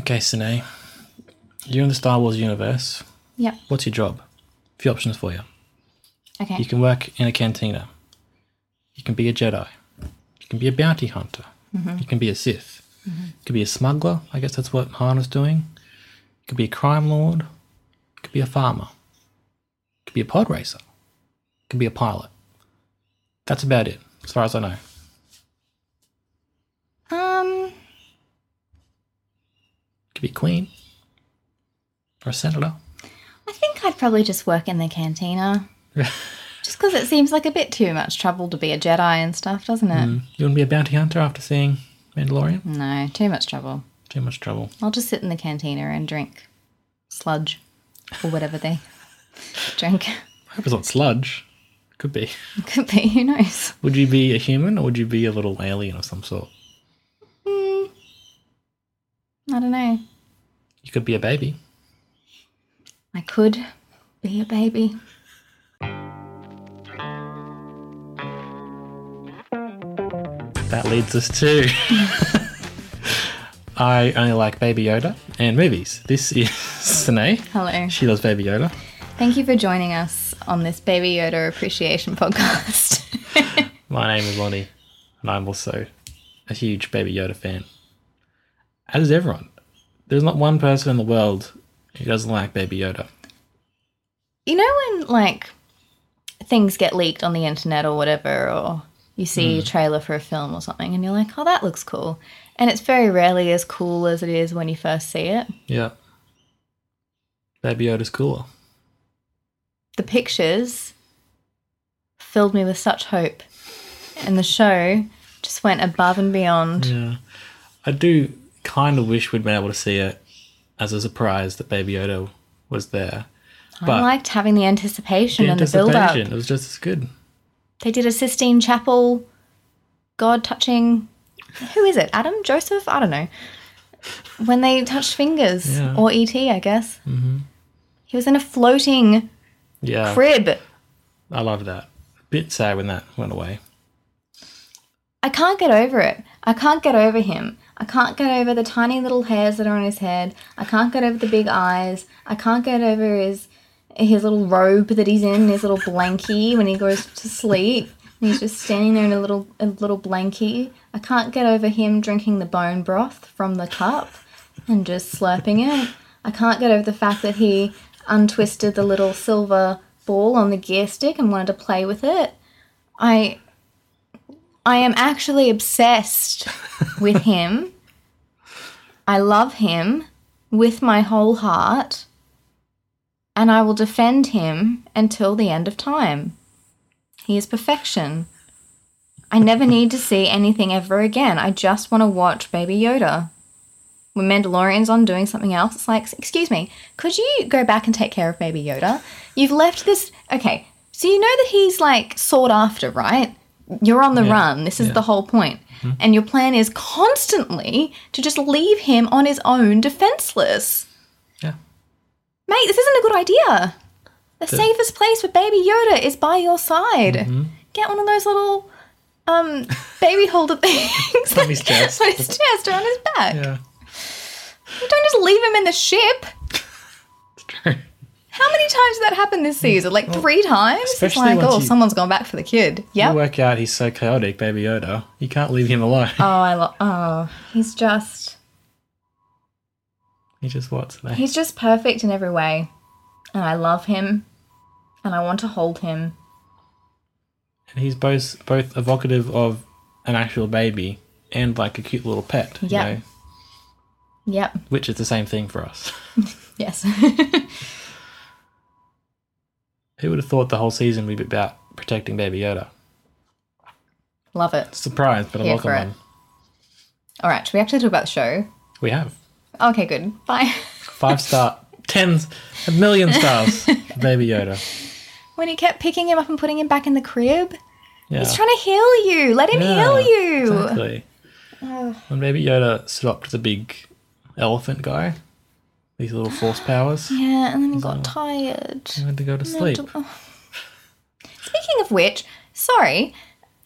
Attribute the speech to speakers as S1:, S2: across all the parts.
S1: Okay, Sine, you're in the Star Wars universe.
S2: Yep.
S1: What's your job? A few options for you.
S2: Okay.
S1: You can work in a cantina. You can be a Jedi. You can be a bounty hunter.
S2: Mm-hmm.
S1: You can be a Sith. You could be a smuggler. I guess that's what Han is doing. You could be a crime lord. You could be a farmer. You could be a pod racer. You could be a pilot. That's about it, as far as I know.
S2: Um.
S1: You could be a queen or a senator.
S2: I think I'd probably just work in the cantina. just because it seems like a bit too much trouble to be a Jedi and stuff, doesn't it?
S1: You wouldn't be a bounty hunter after seeing Mandalorian?
S2: No, too much trouble.
S1: Too much trouble.
S2: I'll just sit in the cantina and drink sludge or whatever they drink.
S1: I hope it's not sludge. Could be.
S2: Could be, who knows?
S1: Would you be a human or would you be a little alien of some sort?
S2: I don't know.
S1: You could be a baby.
S2: I could be a baby.
S1: That leads us to. I only like Baby Yoda and movies. This is Sine.
S2: Hello.
S1: She loves Baby Yoda.
S2: Thank you for joining us on this Baby Yoda Appreciation Podcast.
S1: My name is Lonnie, and I'm also a huge Baby Yoda fan. As is everyone. There's not one person in the world who doesn't like Baby Yoda.
S2: You know when like things get leaked on the internet or whatever, or you see
S1: Hmm.
S2: a trailer for a film or something, and you're like, "Oh, that looks cool," and it's very rarely as cool as it is when you first see it.
S1: Yeah. Baby Yoda's cooler.
S2: The pictures filled me with such hope, and the show just went above and beyond.
S1: Yeah. I do kind of wish we'd been able to see it as a surprise that Baby Yoda was there.
S2: I liked having the anticipation
S1: the
S2: and the build-up.
S1: anticipation, it was just as good.
S2: They did a Sistine Chapel, God touching. Who is it? Adam? Joseph? I don't know. When they touched fingers,
S1: Yeah.
S2: or ET, I guess. Mm-hmm. He was in a floating
S1: Yeah.
S2: crib.
S1: I love that. Bit sad when that went away.
S2: I can't get over it. I can't get over him. I can't get over the tiny little hairs that are on his head. I can't get over the big eyes. I can't get over his his little robe that he's in, his little blankie when he goes to sleep. And he's just standing there in a little a little blankie. I can't get over him drinking the bone broth from the cup and just slurping it. I can't get over the fact that he untwisted the little silver ball on the gear stick and wanted to play with it. I I am actually obsessed with him. I love him with my whole heart. And I will defend him until the end of time. He is perfection. I never need to see anything ever again. I just want to watch Baby Yoda. When Mandalorian's on doing something else, it's like, excuse me, could you go back and take care of Baby Yoda? You've left this. Okay, so you know that he's like sought after, right? You're on the
S1: Yeah.
S2: run. This is
S1: Yeah. Mm-hmm.
S2: the whole point. And your plan is constantly to just leave him on his own defenseless.
S1: Yeah.
S2: Mate, this isn't a good idea.
S1: The-
S2: The
S1: Mm-hmm.
S2: safest place for Baby Yoda is by your side. Get one of those little um baby holder things
S1: On his chest.
S2: on his chest or on his back.
S1: Yeah.
S2: You don't just leave him in the ship.
S1: It's true.
S2: How many times did that happen this season? Like three times? It's
S1: Mm. especially
S2: like,
S1: once
S2: oh,
S1: you-
S2: someone's gone back for the kid.
S1: You
S2: Yep.
S1: work out he's so chaotic, Baby Yoda. You can't leave him alone.
S2: Oh, I love. Oh, he's just.
S1: He just what's there.
S2: He's just perfect in every way. And I love him. And I want to hold him.
S1: And he's both both evocative of an actual baby and like a cute little pet. you
S2: Yeah.
S1: know,
S2: Yep.
S1: which is the same thing for us.
S2: Yes.
S1: Who would have thought the whole season would be about protecting Baby Yoda?
S2: love it.
S1: Surprise, but a
S2: Here
S1: welcome
S2: for it.
S1: one.
S2: All right, should we actually talk about the show?
S1: We have
S2: Okay, good. Bye.
S1: five star, tens, a million stars for Baby Yoda.
S2: when he kept picking him up and putting him back in the crib,
S1: Yeah.
S2: he's trying to heal you. Let him
S1: Yeah,
S2: heal you.
S1: Exactly. When Baby Yoda stopped the big elephant guy, these little force powers, he
S2: Yeah, and then he got tired.
S1: had to go to sleep.
S2: oh. Speaking of which, sorry,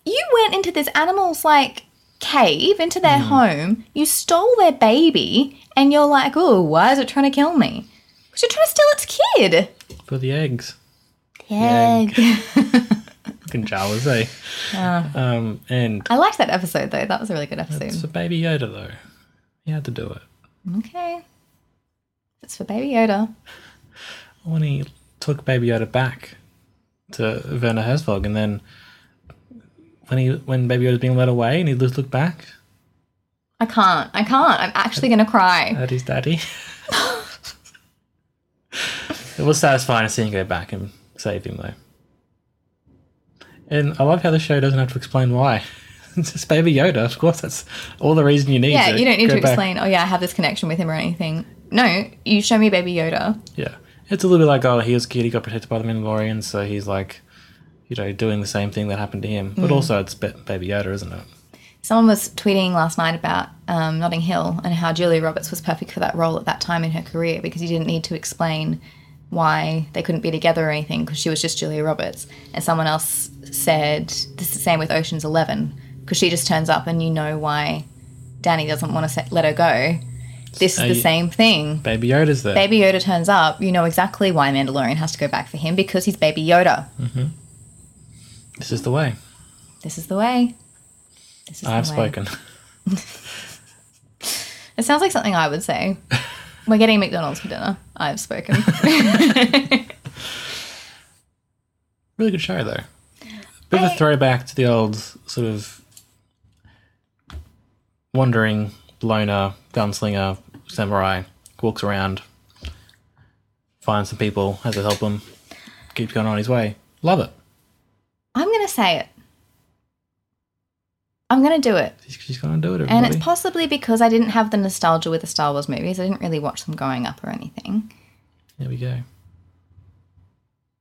S2: you went into this animal's like cave, into their
S1: Hmm.
S2: home, you stole their baby, and you're like, oh, why is it trying to kill me? Because you're trying to steal its kid.
S1: For the eggs.
S2: Yeah.
S1: Fucking Jawas, eh?
S2: Ah.
S1: Um, and
S2: I liked that episode though. That was a really good episode.
S1: it's for Baby Yoda, though. He had to do it.
S2: Okay. It's for Baby Yoda.
S1: When he took Baby Yoda back to Werner Herzog, and then when he when Baby Yoda's being led away and he just looked back
S2: I can't. I can't. I'm actually going to cry.
S1: at his daddy, it was satisfying to see him go back and save him, though. And I love how the show doesn't have to explain why. It's just Baby Yoda, of course. That's all the reason you need.
S2: Yeah, you don't need
S1: go
S2: to
S1: back.
S2: explain, oh, yeah, I have this connection with him or anything. No, you show me Baby Yoda.
S1: Yeah. It's a little bit like, oh, he was a kid, he got protected by the Mandalorian, so he's like, you know, doing the same thing that happened to him.
S2: Mm.
S1: But also, it's ba- Baby Yoda, isn't it?
S2: Someone was tweeting last night about um, Notting Hill and how Julia Roberts was perfect for that role at that time in her career because you didn't need to explain why they couldn't be together or anything because she was just Julia Roberts. And someone else said this is the same with Ocean's Eleven because she just turns up and you know why Danny doesn't want to se- let her go. This
S1: Are
S2: is the
S1: you-
S2: same thing.
S1: Baby Yoda's there.
S2: Baby Yoda turns up, you know exactly why Mandalorian has to go back for him because he's Baby Yoda.
S1: This is the way.
S2: This is the way. This is the
S1: I've
S2: way.
S1: spoken.
S2: It sounds like something I would say. We're getting McDonald's for dinner. I've spoken.
S1: really good show, though. Bit of a throwback to the old sort of wandering loner, gunslinger, samurai, walks around, finds some people, has to help them, keeps going on his way. Love it.
S2: I'm going to say it. I'm going to do it.
S1: She's, she's going to do it,
S2: And
S1: everybody.
S2: it's possibly because I didn't have the nostalgia with the Star Wars movies. I didn't really watch them growing up or anything.
S1: there we go.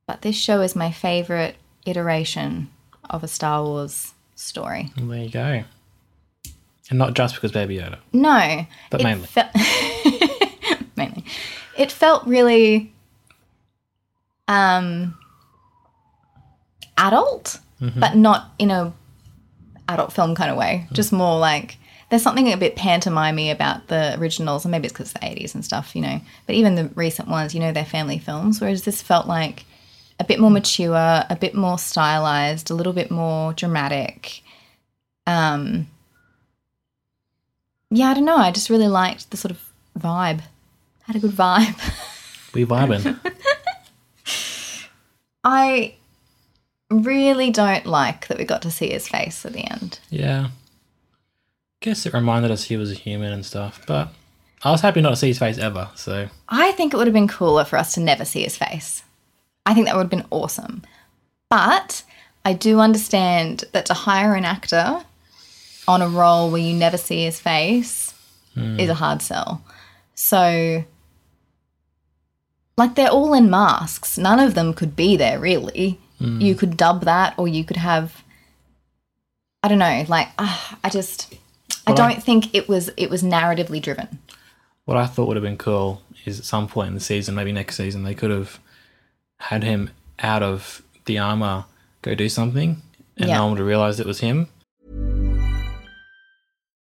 S2: But this show is my favorite iteration of a Star Wars story.
S1: Well, there you go. And not just because Baby Yoda.
S2: No.
S1: But
S2: it
S1: mainly.
S2: fe- mainly. It felt really um adult,
S1: Mm-hmm.
S2: but not in a adult film kind of way.
S1: Mm.
S2: Just more like there's something a bit pantomimey about the originals, and maybe it's because the 80s and stuff, you know. But even the recent ones, you know, they're family films. Whereas this felt like a bit more mature, a bit more stylized, a little bit more dramatic. Um, yeah, I don't know. I just really liked the sort of vibe. Had a good vibe.
S1: We vibing.
S2: I really don't like that we got to see his face at the end.
S1: yeah. Guess it reminded us he was a human and stuff, but I was happy not to see his face ever, so
S2: I think it would have been cooler for us to never see his face. I think that would have been awesome. But I do understand that to hire an actor on a role where you never see his face
S1: Hmm.
S2: is a hard sell. So, like, they're all in masks. None of them could be there, really.
S1: Hmm.
S2: You could dub that, or you could have. I don't know. Like, ah, I just. I
S1: Well, I-
S2: don't think it was it was narratively driven.
S1: what I thought would have been cool is at some point in the season, maybe next season, they could have had him out of the armor go do something and
S2: Yeah.
S1: no one would have realized it was him.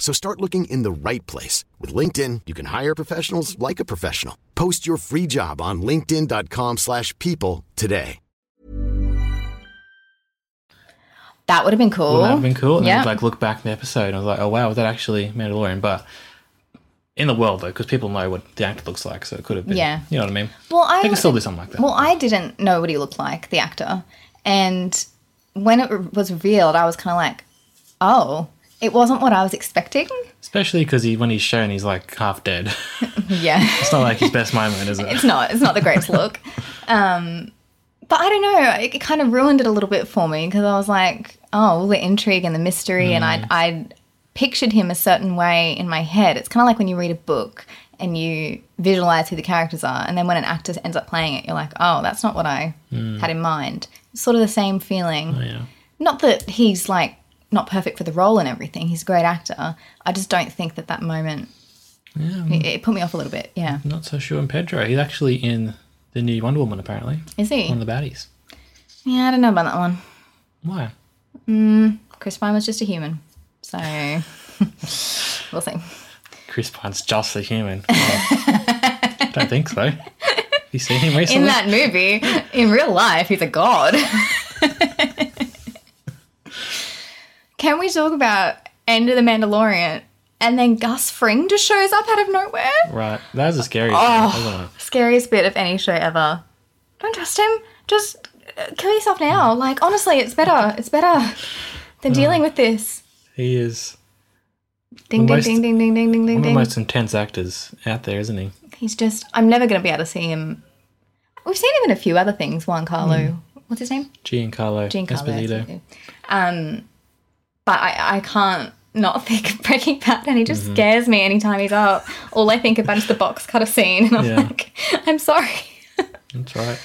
S3: So start looking in the right place. With LinkedIn, you can hire professionals like a professional. Post your free job on linkedin.com slash people today.
S2: That would have been cool.
S1: Wouldn't that have been cool? And then,
S2: Yeah.
S1: like look back in the episode and I was like, oh wow, was that actually Mandalorian? But in the world though, because people know what the actor looks like, so it could have been.
S2: Yeah.
S1: You know what I mean?
S2: Well, I
S1: They could still do something like that.
S2: Well, I didn't know what he looked like, the actor, and when it re- was revealed, I was kind of like, "Oh, it wasn't what I was expecting."
S1: Especially because he, when he's shown, he's like half dead.
S2: Yeah,
S1: it's not like his best moment, is it?
S2: it's not. It's not the greatest look. Um, but I don't know. It, it kind of ruined it a little bit for me because I was like, "Oh, all the intrigue and the mystery," and I I pictured him a certain way in my head. It's kind of like when you read a book and you visualize who the characters are, and then when an actor ends up playing it, you're like, "Oh, that's not what I had in mind." Sort of the same feeling.
S1: Yeah.
S2: not that he's like not perfect for the role and everything he's a great actor i just don't think that that moment it, it put me off a little bit yeah
S1: Not so sure on Pedro. He's actually in the new Wonder Woman, apparently.
S2: is he
S1: One of the baddies.
S2: yeah i don't know about that one
S1: Why?
S2: chris pine was just a human so we'll see
S1: Chris Pine's just a human. I don't think so. Have you seen him recently?
S2: in that movie in real life he's a god can we talk about end of the mandalorian and then gus fring just shows up out of nowhere
S1: right. That was a scary oh. thing, wasn't it?
S2: scariest bit of any show ever. Don't trust him. Just uh, kill yourself now. Like honestly, it's better. It's better
S1: Uh,
S2: than dealing with this.
S1: He is The
S2: Ding ding
S1: most-
S2: ding ding ding ding ding ding
S1: one of the
S2: ding.
S1: most intense actors out there, isn't he?
S2: He's just. I'm never gonna be able to see him. We've seen him in a few other things. Juan Carlo. What's his name?
S1: Giancarlo,
S2: Giancarlo.
S1: Hmm. Esposito.
S2: Esposito. Um, but I I can't not think of Breaking Bad, and he just
S1: Mm-hmm.
S2: scares me anytime he's up. All I think about is the box cutter scene, and I'm
S1: Yeah.
S2: like, I'm sorry.
S1: That's right.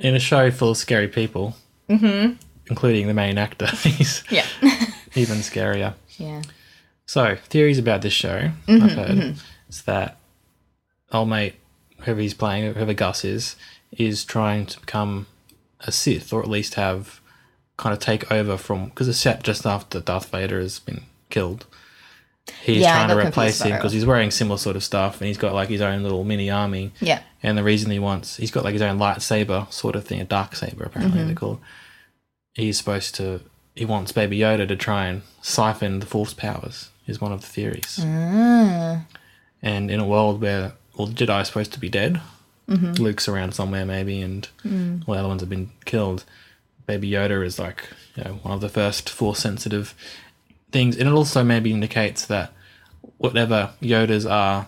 S1: In a show full of scary people, mm-hmm. including the main actor, he's
S2: Yeah.
S1: even scarier.
S2: yeah.
S1: So, theories about this show
S2: Mm-hmm,
S1: I've heard is that old mate, whoever he's playing, whoever Gus is, is trying to become a Sith or at least have kind of take over from because it's set just after Darth Vader has been killed. He's
S2: Yeah, I
S1: trying to
S2: got
S1: replace
S2: confused by
S1: him
S2: that.
S1: because he's wearing similar sort of stuff and he's got like his own little mini army.
S2: Yeah.
S1: And the reason he wants, he's got like his own lightsaber sort of thing, a dark saber apparently they call it. He's supposed to, he wants Baby Yoda to try and siphon the Force powers, is one of the theories. And in a world where, well, the Jedi are supposed to be dead, Luke's around somewhere maybe, and all the other ones have been killed. Baby Yoda is like, you know, one of the first Force sensitive things. And it also maybe indicates that whatever Yodas are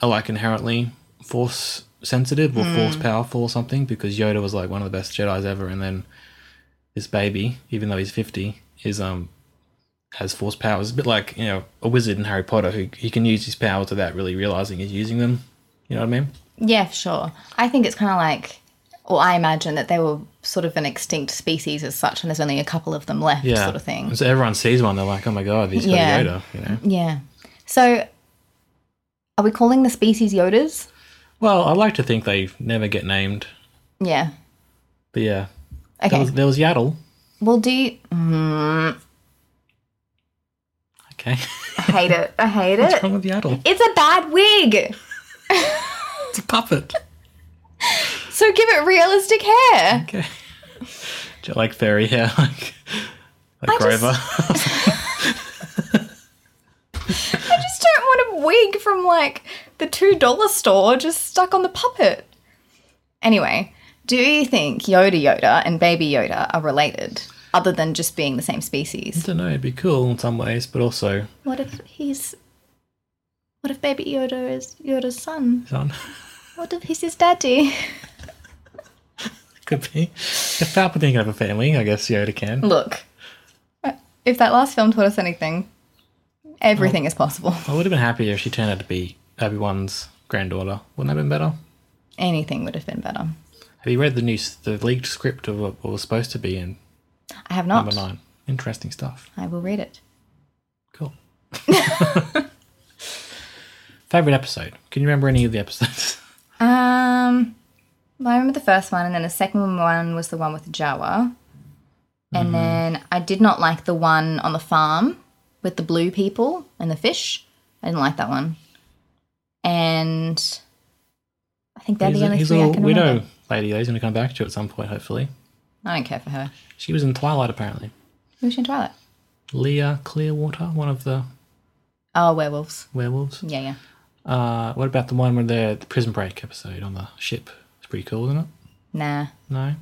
S1: are like inherently force sensitive
S2: Hmm.
S1: or force powerful or something because Yoda was like one of the best Jedi's ever and then this baby, even though he's fifty, is um has force powers. A bit like, you know, a wizard in Harry Potter who he can use his powers without really realizing he's using them. You know what I mean?
S2: Yeah, for sure. I think it's kind of like, or I imagine that they were sort of an extinct species as such, and there's only a couple of them left,
S1: Yeah.
S2: sort of thing.
S1: And so everyone sees one, they're like, Oh my god, he's got
S2: Yeah.
S1: a Yoda, you know.
S2: Yeah. So, are we calling the species Yodas?
S1: Well, I like to think they never get named.
S2: Yeah.
S1: But yeah. There
S2: Okay.
S1: was, there was Yaddle.
S2: Well, do you. Mm,
S1: Okay.
S2: I hate it. I hate
S1: What's
S2: it.
S1: wrong with Yaddle?
S2: It's a bad wig.
S1: It's a puppet.
S2: So give it realistic hair.
S1: Okay. Do you like fairy hair? Like, like
S2: I just-
S1: Grover?
S2: I just don't want a wig from like the $2 store just stuck on the puppet. Anyway, do you think Yoda Yoda and Baby Yoda are related other than just being the same
S1: I
S2: species?
S1: don't know. It'd be cool in some ways, but also,
S2: What if he's. What if Baby Yoda is Yoda's son?
S1: son,
S2: What if he's his daddy?
S1: could be. If Palpatine can have a family, I guess Yoda can.
S2: Look, if that last film taught us anything, everything is possible.
S1: I would have been happier if she turned out to be Obi Wan's granddaughter. Wouldn't that have been better?
S2: Anything would have been better.
S1: Have you read the news, the leaked script of what what was supposed to be in
S2: I have not.
S1: number nine? Interesting stuff.
S2: I will read it.
S1: Cool. Favorite episode? Can you remember any of the episodes?
S2: Um, well, I remember the first one, and then the second one was the one with the Jawa. And
S1: Mm-hmm.
S2: then I did not like the one on the farm with the blue people and the fish. I didn't like that one. And I think they're
S1: he's
S2: the
S1: a,
S2: only
S1: he's a
S2: three I
S1: little
S2: can
S1: widow
S2: remember.
S1: lady. He's going to come back to at some point, hopefully.
S2: I don't care for her.
S1: She was in Twilight, apparently.
S2: Who was she in Twilight?
S1: Leah Clearwater, one of the
S2: Oh, werewolves.
S1: werewolves.
S2: Yeah, yeah.
S1: Uh, what about the one where they're the prison break episode on the ship? It's pretty cool, isn't it?
S2: Nah.
S1: No.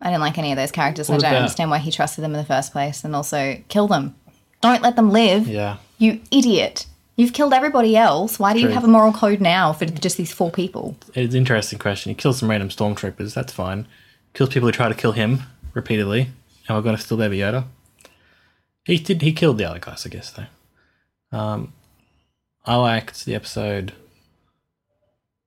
S2: I didn't like any of those characters. and I
S1: What
S2: don't
S1: about-
S2: understand why he trusted them in the first place. And also, kill them. Don't let them live.
S1: Yeah.
S2: You idiot. You've killed everybody else. Why do you
S1: True.
S2: have a moral code now for just these four people?
S1: It's an interesting question. He kills some random stormtroopers. That's fine. Kills people who try to kill him repeatedly, and we're going to steal Baby Yoda. He did. He killed the other guys, I guess. Though, um, I liked the episode.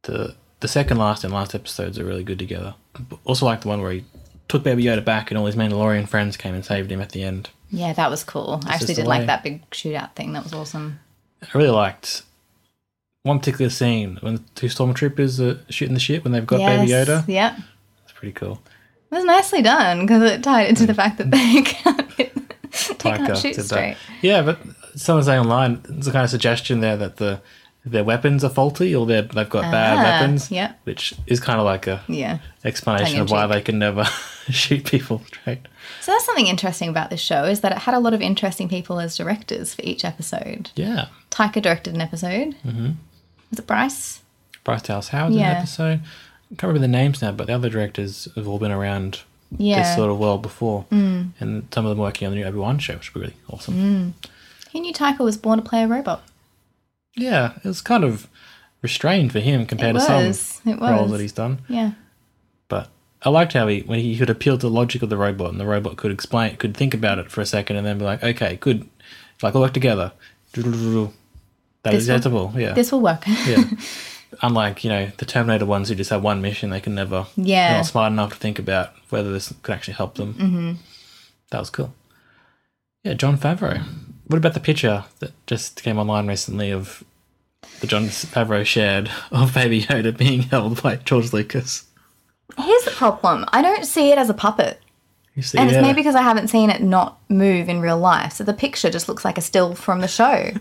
S1: the The second last and last episodes are really good together. But Also, like the one where he took Baby Yoda back, and all his Mandalorian friends came and saved him at the end.
S2: Yeah, that was cool.
S1: is
S2: I actually
S1: the
S2: did
S1: way.
S2: like that big shootout thing. That was awesome.
S1: I really liked one particular scene when the two stormtroopers are shooting the shit when they've got Baby Yoda.
S2: Yep.
S1: It's pretty cool.
S2: It was nicely done because it tied into the fact that they can't, they
S1: Parker
S2: can't shoot
S1: did that.
S2: straight.
S1: Yeah, but someone's saying online there's a kind of suggestion there that the their weapons are faulty or they're, they've got bad
S2: Ah,
S1: weapons,
S2: yeah.
S1: which is kind of like a
S2: Yeah.
S1: explanation of why they can never shoot people straight.
S2: So that's something interesting about this show is that it had a lot of interesting people as directors for each episode.
S1: Yeah,
S2: Taika directed an episode. Mm-hmm. Was it Bryce?
S1: Bryce Dallas Howard in
S2: Yeah.
S1: an episode. I can't remember the names now, but the other directors have all been around
S2: Yeah.
S1: this sort of world before, mm. and some of them working on the new Obi Wan show, which would be really awesome.
S2: Mm. Who knew Taika was born to play a robot?
S1: Yeah, it was kind of restrained for him compared to
S2: was,
S1: some
S2: it
S1: roles
S2: was.
S1: that he's done.
S2: Yeah.
S1: But I liked how he when he could appeal to the logic of the robot, and the robot could explain, could think about it for a second, and then be like, "Okay, good, like all work together." That
S2: This
S1: is
S2: one-
S1: acceptable. Yeah,
S2: This will work.
S1: yeah. Unlike you know the Terminator ones who just have one mission, they can never.
S2: Yeah.
S1: They're not smart enough to think about whether this could actually help them. Mm-hmm. That was cool. Yeah, John Favreau. What about the picture that just came online recently of the John Favreau shared of Baby Yoda being held by George Lucas?
S2: Here's the problem. I don't see it as a puppet.
S1: You see,
S2: And
S1: yeah.
S2: it's maybe because I haven't seen it not move in real life. So the picture just looks like a still from the show.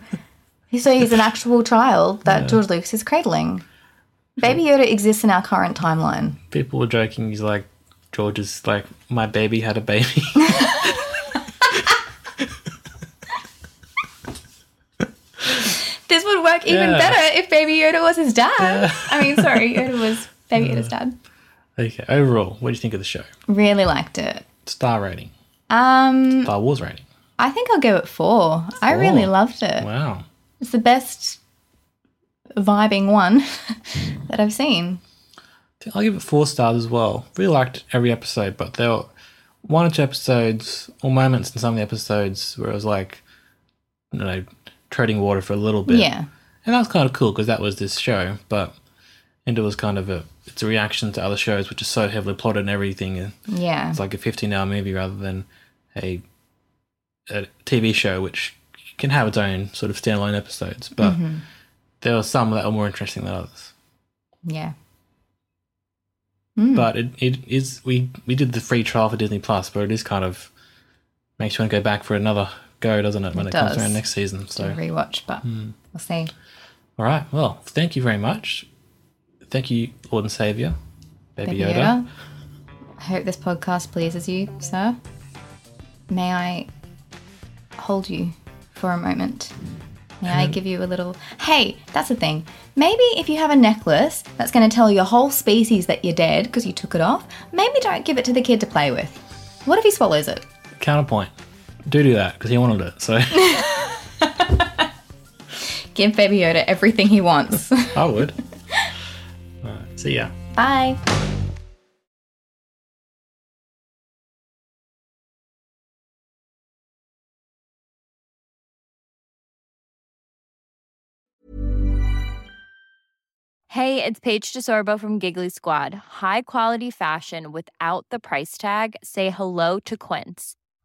S2: so he's an actual child that George Lucas is cradling. Baby Yoda exists in our current timeline.
S1: people were joking. He's like, George is like, my baby had a baby.
S2: This would work even
S1: Yeah.
S2: better if Baby Yoda was his dad. I mean, sorry, Yoda was Baby Yoda's dad.
S1: okay, overall, what do you think of the show?
S2: Really liked it.
S1: Star rating,
S2: Um,
S1: Star Wars rating.
S2: I think I'll give it four. I really
S1: Four.
S2: loved it.
S1: Wow.
S2: It's the best vibing one that I've seen.
S1: I'll give it four stars as well. Really liked every episode, but there were one or two episodes or moments in some of the episodes where it was like, you know, treading water for a little bit.
S2: Yeah.
S1: And that was kind of cool because that was this show, but and it was kind of a it's a reaction to other shows which is so heavily plotted and everything. And
S2: Yeah.
S1: it's like a 15 hour movie rather than a, a TV show, which can have its own sort of standalone episodes. But there were some that were more interesting than others.
S2: Yeah. Hmm.
S1: But it, it is we we did the free trial for Disney Plus, but it is kind of makes you want to go back for another go, doesn't it? When it,
S2: It
S1: comes
S2: does.
S1: around next season.
S2: So.
S1: So Hmm.
S2: Rewatch, but we'll see.
S1: all right, well, thank you very much. Thank you, Lord and Savior, Baby,
S2: Baby
S1: Yoda.
S2: Yoda. I hope this podcast pleases you, sir. May I hold you for a moment? May I give you a little. Hey, that's the thing. Maybe if you have a necklace that's going to tell your whole species that you're dead because you took it off, maybe don't give it to the kid to play with. What if he swallows it?
S1: Counterpoint. Do do that because he wanted it. So
S2: Give Baby Yoda everything he wants.
S1: I would. All right, see ya.
S2: Bye.
S4: Hey, it's Paige DeSorbo from Giggly Squad. High quality fashion without the price tag. Say hello to Quince.